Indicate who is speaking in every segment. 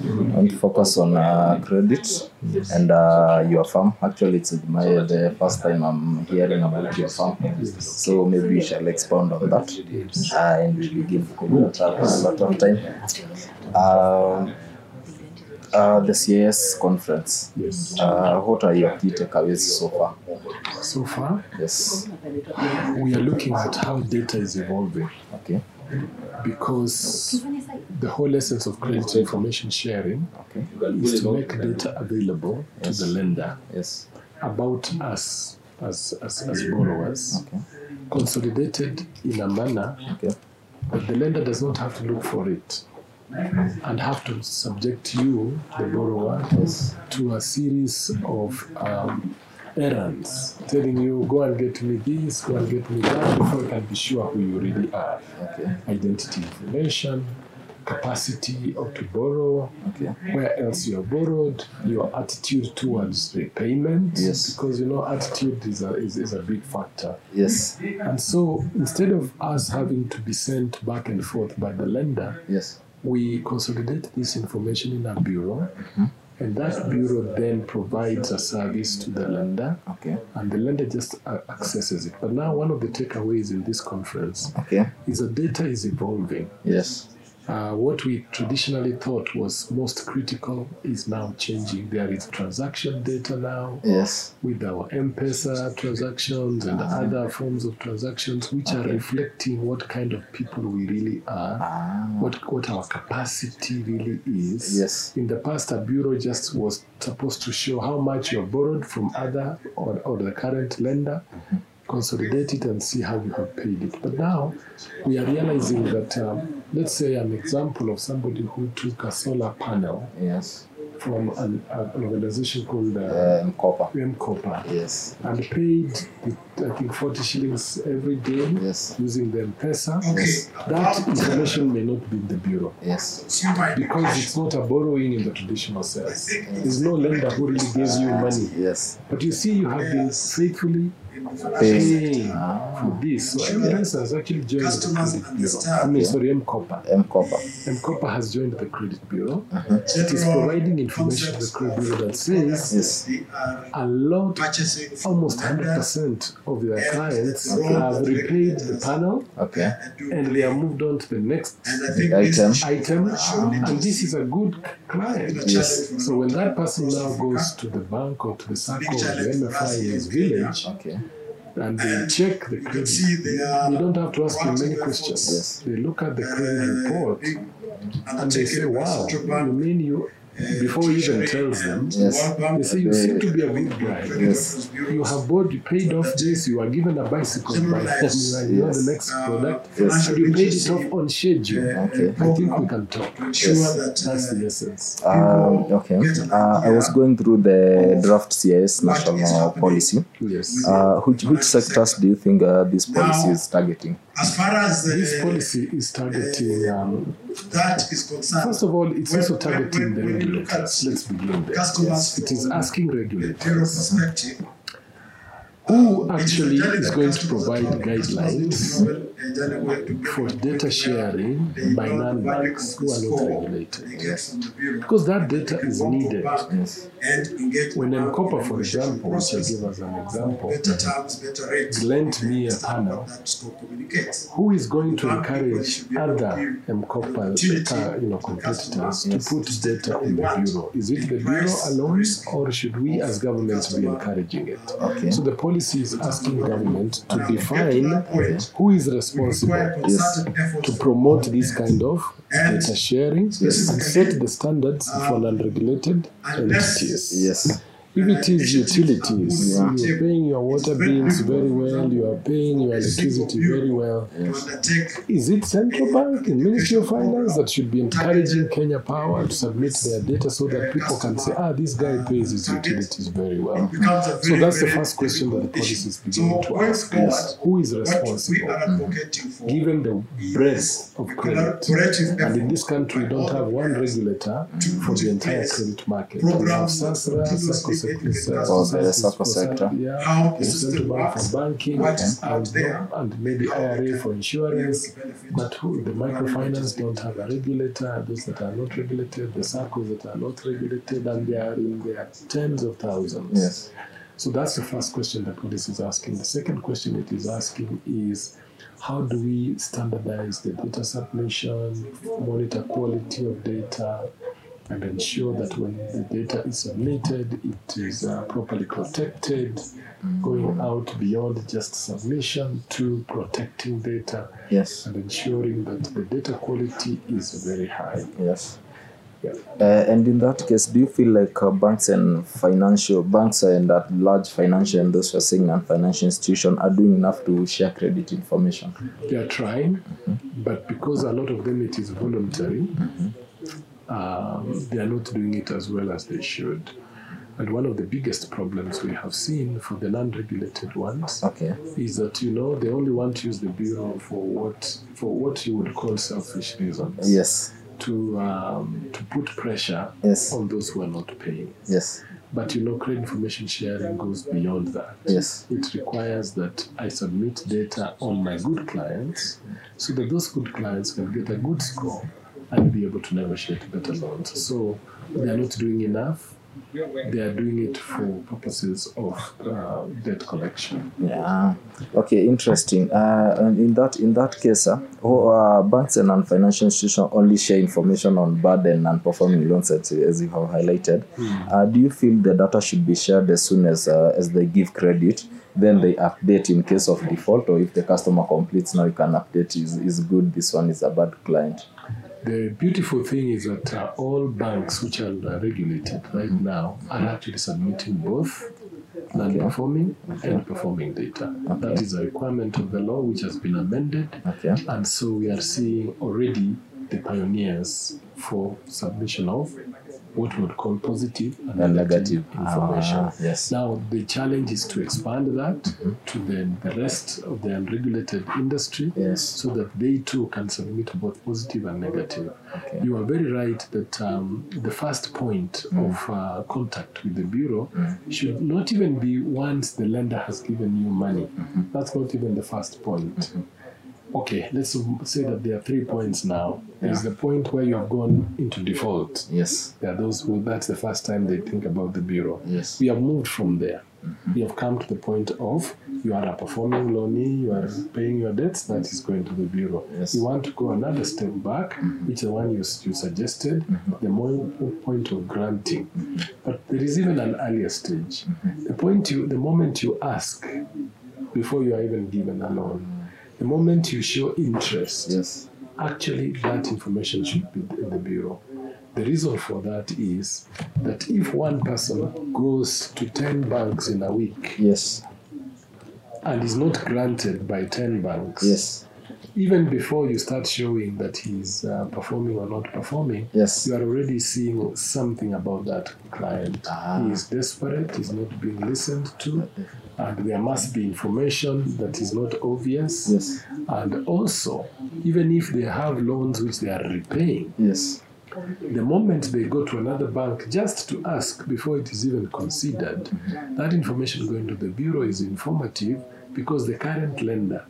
Speaker 1: and focus on uh, credit and uh, your firm. Actually, it's my the first time I'm hearing about your firm, so maybe you shall expound on that uh, and we give Kubota a lot of time. Um, uh, the CIS conference. Uh, what are your key takeaways so far?
Speaker 2: So far,
Speaker 1: Yes.
Speaker 2: we are looking at how data is evolving
Speaker 1: Okay.
Speaker 2: because the whole essence of credit information sharing
Speaker 1: Okay.
Speaker 2: is to make data available to the lender
Speaker 1: Yes.
Speaker 2: about us as, as, as borrowers,
Speaker 1: Okay.
Speaker 2: consolidated in a manner
Speaker 1: Okay.
Speaker 2: that the lender does not have to look for it and have to subject you, the borrower,
Speaker 1: Yes.
Speaker 2: to a series of um, errands telling you, go and get me this, go and get me that, before you can be sure who you really are.
Speaker 1: Okay.
Speaker 2: Identity information, capacity of to borrow,
Speaker 1: Okay.
Speaker 2: where else you are borrowed, your attitude towards repayment,
Speaker 1: Yes.
Speaker 2: because you know attitude is a, is, is a big factor.
Speaker 1: Yes.
Speaker 2: And so instead of us having to be sent back and forth by the lender,
Speaker 1: Yes.
Speaker 2: we consolidate this information in a bureau, and that bureau then provides a service to the lender,
Speaker 1: Okay.
Speaker 2: and the lender just uh, accesses it. But now, one of the takeaways in this conference
Speaker 1: Okay.
Speaker 2: is that data is evolving.
Speaker 1: Yes.
Speaker 2: Uh, what we traditionally thought was most critical is now changing. There is transaction data now
Speaker 1: Yes.
Speaker 2: with our M-Pesa transactions and other forms of transactions, which are reflecting what kind of people we really are
Speaker 1: Ah.
Speaker 2: what what our capacity really is.
Speaker 1: Yes.
Speaker 2: In the past, a bureau just was supposed to show how much you have borrowed from other or, or the current lender, consolidate it, and see how you have paid it. But now, we are realizing that um, let's say an example of somebody who took a solar panel
Speaker 1: Yes.
Speaker 2: from an, an organization called uh,
Speaker 1: Uh, Mkopa.
Speaker 2: MCOPA
Speaker 1: Yes.
Speaker 2: and paid I think 40 shillings every day.
Speaker 1: Yes.
Speaker 2: Using the M-Pesa,
Speaker 1: Yes.
Speaker 2: that information may not be in the bureau
Speaker 1: Yes.
Speaker 2: because it's not a borrowing in the traditional sense. There's no lender who really gives you money.
Speaker 1: Yes.
Speaker 2: But you see, you have been faithfully
Speaker 1: Pay.
Speaker 2: paying
Speaker 1: Ah.
Speaker 2: for this. So M-Pesa has actually joined the
Speaker 3: Customers
Speaker 2: credit bureau.
Speaker 3: understand.
Speaker 2: I mean, sorry, M-Copa.
Speaker 1: Mkopa.
Speaker 2: M-Copa has joined the credit bureau. It is providing information to the credit bureau that says
Speaker 1: Yes.
Speaker 3: They are
Speaker 2: a lot,
Speaker 3: purchasing from
Speaker 2: almost
Speaker 3: vendors
Speaker 2: 100% of their clients have repaid the panel
Speaker 1: Okay.
Speaker 3: and do-
Speaker 2: and they have moved on to the next
Speaker 3: And I think
Speaker 1: Item.
Speaker 3: this is
Speaker 2: item,
Speaker 3: Ah,
Speaker 2: and this is a good client.
Speaker 3: Yes.
Speaker 2: So when that person now goes to the bank or to the circle or the MFI in his village
Speaker 1: Okay.
Speaker 2: and they check the
Speaker 3: you
Speaker 2: credit,
Speaker 3: see they are
Speaker 2: you don't have to ask him many questions.
Speaker 1: Yes.
Speaker 2: They look at the
Speaker 3: Uh,
Speaker 2: credit report and they say, "Wow, you mean you?"
Speaker 3: uh,
Speaker 2: Before he even tells them,
Speaker 1: Yes.
Speaker 2: they say, "You seem to be a good guy."
Speaker 1: Yes.
Speaker 2: You have bought, you paid off this, you are given a bicycle by them, you are- you are the next
Speaker 3: Uh,
Speaker 2: product,
Speaker 1: Yes.
Speaker 2: and you paid it off on schedule.
Speaker 1: Okay.
Speaker 2: I think we can talk.
Speaker 3: Ensure uh, that
Speaker 2: That's
Speaker 3: uh,
Speaker 2: the essence.
Speaker 1: Um, okay. Uh, I was going through the draft CIS national policy.
Speaker 2: Yes.
Speaker 1: Uh, which, which sectors do you think uh, this policy is targeting?
Speaker 3: as far as the,
Speaker 2: This policy is targeting, um,
Speaker 3: that is concerned,
Speaker 2: first of all, it's
Speaker 3: eh, when-
Speaker 2: also
Speaker 3: when-
Speaker 2: targeting the
Speaker 3: when- when you look at
Speaker 2: regulators. Let's begin there.
Speaker 3: customers
Speaker 2: Yes, It is
Speaker 3: from
Speaker 2: asking
Speaker 3: the
Speaker 2: regulators
Speaker 3: bureau perspective,
Speaker 2: who actually
Speaker 3: it telling
Speaker 2: is
Speaker 3: the
Speaker 2: going to
Speaker 3: customers
Speaker 2: provide
Speaker 3: that
Speaker 2: guidelines
Speaker 3: customers will be able to get
Speaker 2: for
Speaker 3: a
Speaker 2: data
Speaker 3: quick
Speaker 2: sharing
Speaker 3: they
Speaker 2: by
Speaker 3: know the value
Speaker 2: non-banks
Speaker 3: of
Speaker 2: who
Speaker 3: the
Speaker 2: are not
Speaker 3: score they
Speaker 2: regulated.
Speaker 3: get from the bureau.
Speaker 2: Because that data
Speaker 3: They can
Speaker 2: is
Speaker 3: walk
Speaker 2: needed.
Speaker 3: back
Speaker 1: Yes.
Speaker 3: and engage
Speaker 2: When
Speaker 3: the bank in
Speaker 2: MCOPA,
Speaker 3: the
Speaker 2: for example, which I
Speaker 3: process.
Speaker 2: gave as an example,
Speaker 3: better terms, better rates.
Speaker 2: lent me a
Speaker 3: Stuff
Speaker 2: panel.
Speaker 3: That score communicates.
Speaker 2: who is going to encourage other MCOPA uh, you know, competitors to put data in the bureau? Is it the bureau alone, or should we as government be encouraging it?
Speaker 1: Okay.
Speaker 2: So the policy is asking government to
Speaker 3: Now, we get to
Speaker 2: define
Speaker 3: that point.
Speaker 2: who is
Speaker 3: We require
Speaker 2: responsible
Speaker 3: concerted efforts
Speaker 2: to
Speaker 3: from
Speaker 2: promote
Speaker 3: all
Speaker 2: this
Speaker 3: governments.
Speaker 2: kind of data sharing and set the standards for non-regulated entities.
Speaker 1: Yes.
Speaker 2: If it is utilities,
Speaker 3: Yeah.
Speaker 2: you're paying your water bills very well, you are paying your electricity very well.
Speaker 3: To undertake
Speaker 2: Is it central bank and Ministry of Finance that should be encouraging Kenya Power to submit their data so that people can say, ah, this guy pays his utilities very well?
Speaker 3: becomes a
Speaker 2: So
Speaker 3: very,
Speaker 2: that's the
Speaker 3: very
Speaker 2: first question that the
Speaker 3: difficult
Speaker 2: policy is
Speaker 3: issue.
Speaker 2: beginning to
Speaker 3: So going
Speaker 2: ask
Speaker 3: forward,
Speaker 2: is who is
Speaker 3: What we are
Speaker 2: responsible Mm-hmm.
Speaker 3: advocating for
Speaker 2: given the breadth of credit?
Speaker 3: collaborative
Speaker 2: And in
Speaker 3: effort
Speaker 2: this country, we don't have one regulator for the entire credit market. We have SASRA, SACCO sector services,
Speaker 1: Or the sacco
Speaker 2: for some-
Speaker 1: sector.
Speaker 2: Yeah,
Speaker 3: how
Speaker 2: central
Speaker 3: the system
Speaker 2: bank for
Speaker 3: works,
Speaker 2: banking,
Speaker 3: what is out
Speaker 2: and,
Speaker 3: there,
Speaker 2: and maybe
Speaker 3: how they
Speaker 2: IRA
Speaker 3: can
Speaker 2: for
Speaker 3: Yes,
Speaker 2: insurance.
Speaker 3: benefit.
Speaker 2: But who, the microfinance don't have a regulator, those that are not regulated, the circles that are not regulated, and they are in their tens of thousands.
Speaker 1: Yes.
Speaker 2: So that's the first question that police is asking. The second question it is asking is how do we standardize the data submission, monitor quality of data, and ensure that when the data is submitted, it is uh, properly protected, going out beyond just submission to protecting data
Speaker 1: Yes.
Speaker 2: and ensuring that the data quality is very high.
Speaker 1: Yes.
Speaker 2: Yeah.
Speaker 1: Uh, and in that case, do you feel like uh, banks and financial banks and that large financial and those who are saying and financial institution are doing enough to share credit information?
Speaker 2: they are trying, but because a lot of them it is voluntary, um, they are not doing it as well as they should. And one of the biggest problems we have seen for the non-regulated ones
Speaker 1: Okay.
Speaker 2: is that you know they only want to use the bureau for what for what you would call selfish reasons
Speaker 1: Yes.
Speaker 2: to um, to put pressure
Speaker 1: Yes.
Speaker 2: on those who are not paying.
Speaker 1: Yes.
Speaker 2: But you know, credit information sharing goes beyond that.
Speaker 1: Yes.
Speaker 2: It requires that I submit data on my good clients so that those good clients can get a good score and be able to negotiate better loans. So they are not doing enough. They are doing it for purposes of uh, debt collection.
Speaker 1: Yeah. Okay. Interesting. Uh, and in that in that case, uh, who, uh, banks and non-financial institutions only share information on bad and non-performing loans, as, you- as you have highlighted. Uh, do you feel the data should be shared as soon as uh, as they give credit? Then they update in case of default, or if the customer completes, now you can update. Is is good? This one is a bad client.
Speaker 2: The beautiful thing is that uh, all banks which are uh, regulated right now are actually submitting both non-performing and performing data. That is a requirement of the law which has been amended,
Speaker 1: Okay.
Speaker 2: and so we are seeing already the pioneers for submission of what we would call positive and,
Speaker 1: And
Speaker 2: negative
Speaker 1: negative
Speaker 2: information.
Speaker 1: Ah, yes. Mm-hmm.
Speaker 2: Now the challenge is to expand that to the, the rest of the unregulated industry
Speaker 1: Yes.
Speaker 2: so that they too can submit both positive and negative.
Speaker 1: Okay.
Speaker 2: You are very right that um, the first point
Speaker 1: Mm.
Speaker 2: of uh, contact with the bureau should not even be once the lender has given you money.
Speaker 1: Mm-hmm.
Speaker 2: That's not even the first point. Okay, let's say that there are three points now. There's the point where you have gone into default.
Speaker 1: Yes.
Speaker 2: There are those who that's the first time they think about the bureau.
Speaker 1: Yes. Mm-hmm.
Speaker 2: We have moved from there. We have come to the point of you are a performing loanee, you are paying your debts, that is going to the bureau.
Speaker 1: Yes. Mm-hmm.
Speaker 2: You want to go another step back, which the one you, s- you suggested, the more point of granting.
Speaker 1: Mm-hmm.
Speaker 2: But there is even an earlier stage. The point you, the moment you ask, before you are even given a loan, the moment you show interest,
Speaker 1: Yes.
Speaker 2: Actually, that information should be in the bureau. The reason for that is that if one person goes to 10 banks in a week
Speaker 1: Yes.
Speaker 2: and is not granted by 10 banks,
Speaker 1: Yes.
Speaker 2: even before you start showing that he's uh, performing or not performing,
Speaker 1: Yes.
Speaker 2: you are already seeing something about that client.
Speaker 1: Ah.
Speaker 2: He is desperate, he's not being listened to, and there must be information that is not obvious.
Speaker 1: Yes.
Speaker 2: And also, even if they have loans which they are repaying,
Speaker 1: Yes.
Speaker 2: the moment they go to another bank just to ask before it is even considered, that information going to the bureau is informative because the current lender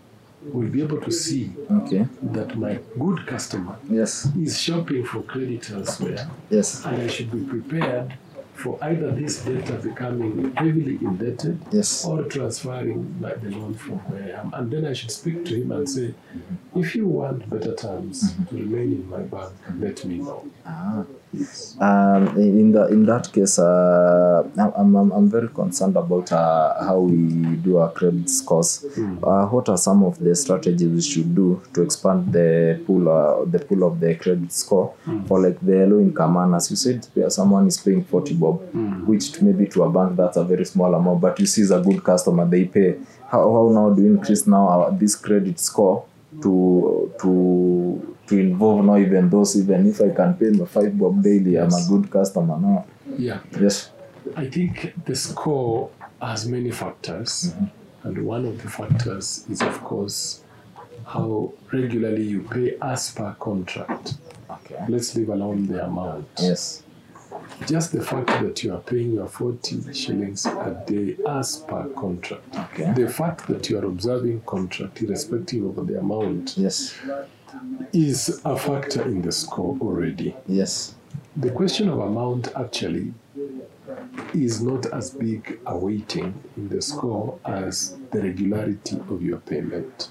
Speaker 2: will be able to see
Speaker 1: Okay.
Speaker 2: that my good customer
Speaker 1: Yes.
Speaker 2: is shopping for credit elsewhere
Speaker 1: Yes.
Speaker 2: and I should be prepared for either this debtor becoming heavily indebted
Speaker 1: Yes.
Speaker 2: or transferring my, the loan from where I am. And then I should speak to him and say, if you want better terms to remain in my bank, let me know.
Speaker 1: um, in in the in that case, uh, I'm, I'm I'm very concerned about uh, how we do our credit scores. Uh, what are some of the strategies we should do to expand the pool uh, the pool of the credit score for like the low income and as you said, where someone is paying forty bob, which maybe to a bank that's a very small amount, but you see is a good customer they pay. How, how now do you increase now our, this credit score to to to involve now even those even if I can pay my five bob daily I'm a good customer now.
Speaker 2: Yeah,
Speaker 1: Yes.
Speaker 2: I think the score has many factors, and one of the factors is, of course, how regularly you pay as per contract.
Speaker 1: Okay.
Speaker 2: Let's leave alone the amount.
Speaker 1: Yes.
Speaker 2: Just the fact that you are paying your 40 shillings a day as per contract,
Speaker 1: Okay.
Speaker 2: the fact that you are observing contract, irrespective of the amount,
Speaker 1: Yes.
Speaker 2: is a factor in the score already.
Speaker 1: Yes.
Speaker 2: The question of amount actually is not as big a weighting in the score as the regularity of your payment.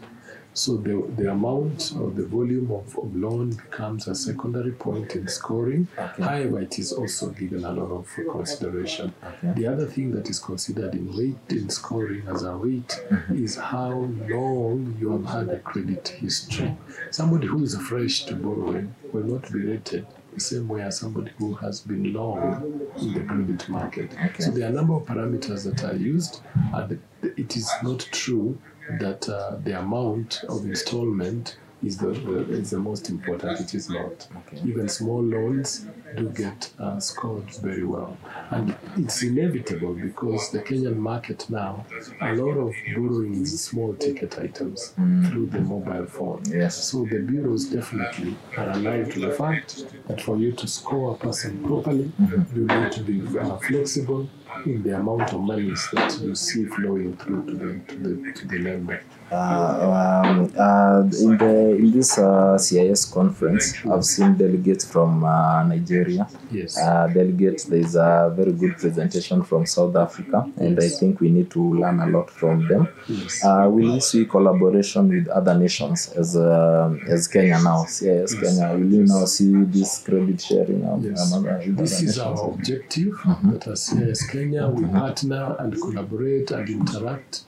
Speaker 2: So the, the amount or the volume of, of loan becomes a secondary point in scoring.
Speaker 1: Okay.
Speaker 2: However, it is also given a lot of consideration.
Speaker 1: Okay.
Speaker 2: The other thing that is considered in weight in scoring as a weight
Speaker 1: Mm-hmm.
Speaker 2: is how long you have had a credit history. Somebody who is fresh to borrowing will not be rated the same way as somebody who has been long in the credit market.
Speaker 1: Okay.
Speaker 2: So there are a number of parameters that are used, and it is not true that uh, the amount of installment is the, the is the most important. It is not.
Speaker 1: Okay.
Speaker 2: Even small loans do get uh, scored very well, and it's inevitable because the Kenyan market now, a lot of borrowing is small ticket items through the mobile phone.
Speaker 1: Yes.
Speaker 2: So the bureaus definitely are alive to the fact that for you to score a person properly, you need to be uh, flexible in the amount of monies that you see flowing through to the to the, to the lender.
Speaker 1: Uh, um, uh, in the in this uh, CIS conference, I've seen delegates from uh, Nigeria.
Speaker 2: Yes.
Speaker 1: Uh, delegates, there's a very good presentation from South Africa, and I think we need to learn a lot from them.
Speaker 2: yes.
Speaker 1: Uh, will you see collaboration with other nations as uh, as Kenya now? CIS Kenya, will you now see this credit sharing? Among,
Speaker 2: Yes.
Speaker 1: among other
Speaker 2: This is
Speaker 1: nations?
Speaker 2: our objective
Speaker 1: Mm-hmm.
Speaker 2: that as CIS Kenya we partner and collaborate and interact,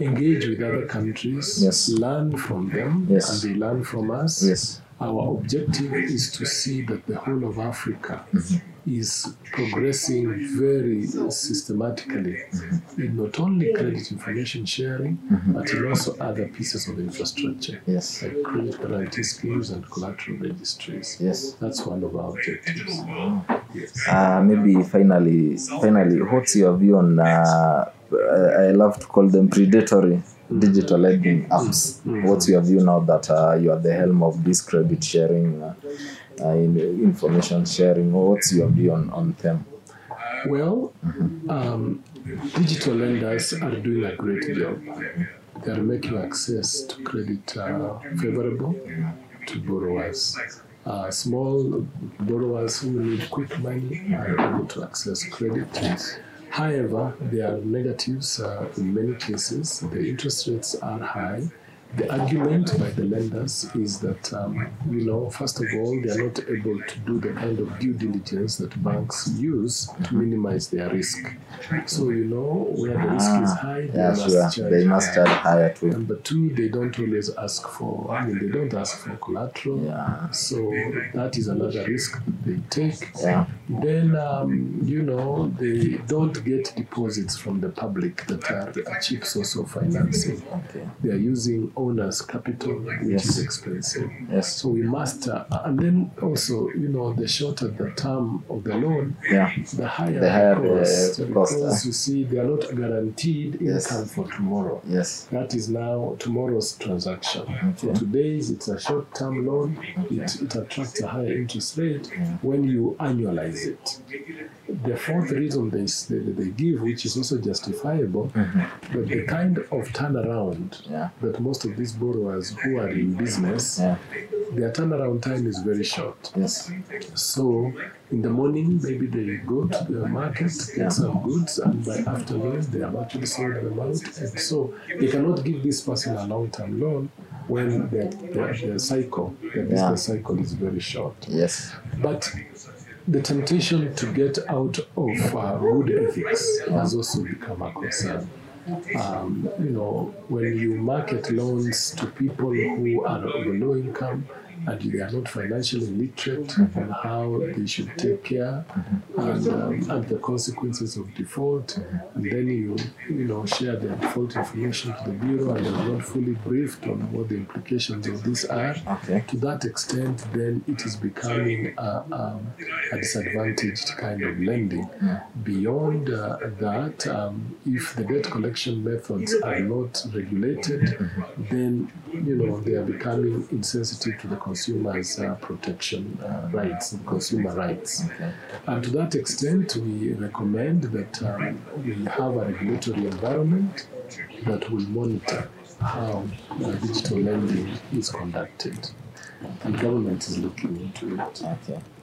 Speaker 2: engage with other countries,
Speaker 1: Mm-hmm. Yes.
Speaker 2: learn from them,
Speaker 1: Yes.
Speaker 2: and they learn from us.
Speaker 1: Yes.
Speaker 2: Our objective is to see that the whole of Africa is progressing very systematically in not only credit information sharing, but in also other pieces of infrastructure,
Speaker 1: Yes.
Speaker 2: like credit guarantee schemes and collateral registries.
Speaker 1: Yes.
Speaker 2: That's one of our objectives.
Speaker 1: Uh, maybe finally, finally, what's your view on? Uh, I I love to call them predatory digital lending apps. What's your view now that uh, you are the helm of this credit sharing, uh, uh, in, information sharing? What's your view on, on them?
Speaker 2: Well, um, digital lenders are doing a great job. They are making access to credit uh, favorable to borrowers. Uh, small borrowers who need quick money are able to access credit. However, there are negatives uh, in many cases. The interest rates are high. The argument by the lenders is that, um, you know, first of all, they are not able to do the kind of due diligence that banks use to minimize their risk. So, you know, where the risk is high, they
Speaker 1: Ah, Yeah,
Speaker 2: must
Speaker 1: sure.
Speaker 2: charge
Speaker 1: They must charge higher too.
Speaker 2: Number two, they don't always ask for, I mean, they don't ask for collateral.
Speaker 1: Yeah.
Speaker 2: So that is another risk that they take.
Speaker 1: Yeah.
Speaker 2: Then, um, you know, they don't get deposits from the public that are a cheap source of financing.
Speaker 1: Okay.
Speaker 2: They are using owners' capital, which
Speaker 1: Yes.
Speaker 2: is expensive.
Speaker 1: Yes.
Speaker 2: So we must, uh, and then also, you know, the shorter the term of the loan,
Speaker 1: Yeah.
Speaker 2: the higher
Speaker 1: The
Speaker 2: the,
Speaker 1: higher the
Speaker 2: cost,
Speaker 1: cost,
Speaker 2: because
Speaker 1: uh.
Speaker 2: you see, they are not guaranteed
Speaker 1: Yes.
Speaker 2: income for tomorrow.
Speaker 1: Yes.
Speaker 2: That is now tomorrow's transaction.
Speaker 1: Okay.
Speaker 2: For today's, it's a short term loan, it, it attracts a higher interest rate when you annualize it. The fourth reason they, s- they, they give, which is also justifiable, that the kind of turnaround
Speaker 1: Mm-hmm. Yeah.
Speaker 2: that most of these borrowers who are in business,
Speaker 1: Yeah.
Speaker 2: their turnaround time is very short.
Speaker 1: Yes.
Speaker 2: So in the morning, maybe they go to the market, get some goods, and by afternoon, they have actually sold them out. And so they cannot give this person a long term loan when their, their, their cycle, their business cycle is very short.
Speaker 1: Yes.
Speaker 2: But the temptation to get out of uh, good ethics has also become a concern. Um, you know, when you market loans to people who are of a low income and they are not financially literate on how they should take care and, um, and the consequences of default, and then you you know share the default information to the bureau and are not fully briefed on what the implications of this are
Speaker 1: Okay.
Speaker 2: to that extent, then it is becoming a, um, a disadvantaged kind of lending. Beyond uh, that, um, if the debt collection methods are not regulated, then you know they are becoming insensitive to the consumers' uh, protection uh, rights, consumer rights.
Speaker 1: Okay.
Speaker 2: And to that extent, we recommend that um, we have a regulatory environment that will monitor how uh, digital lending is conducted. The government is looking into it.
Speaker 1: Okay.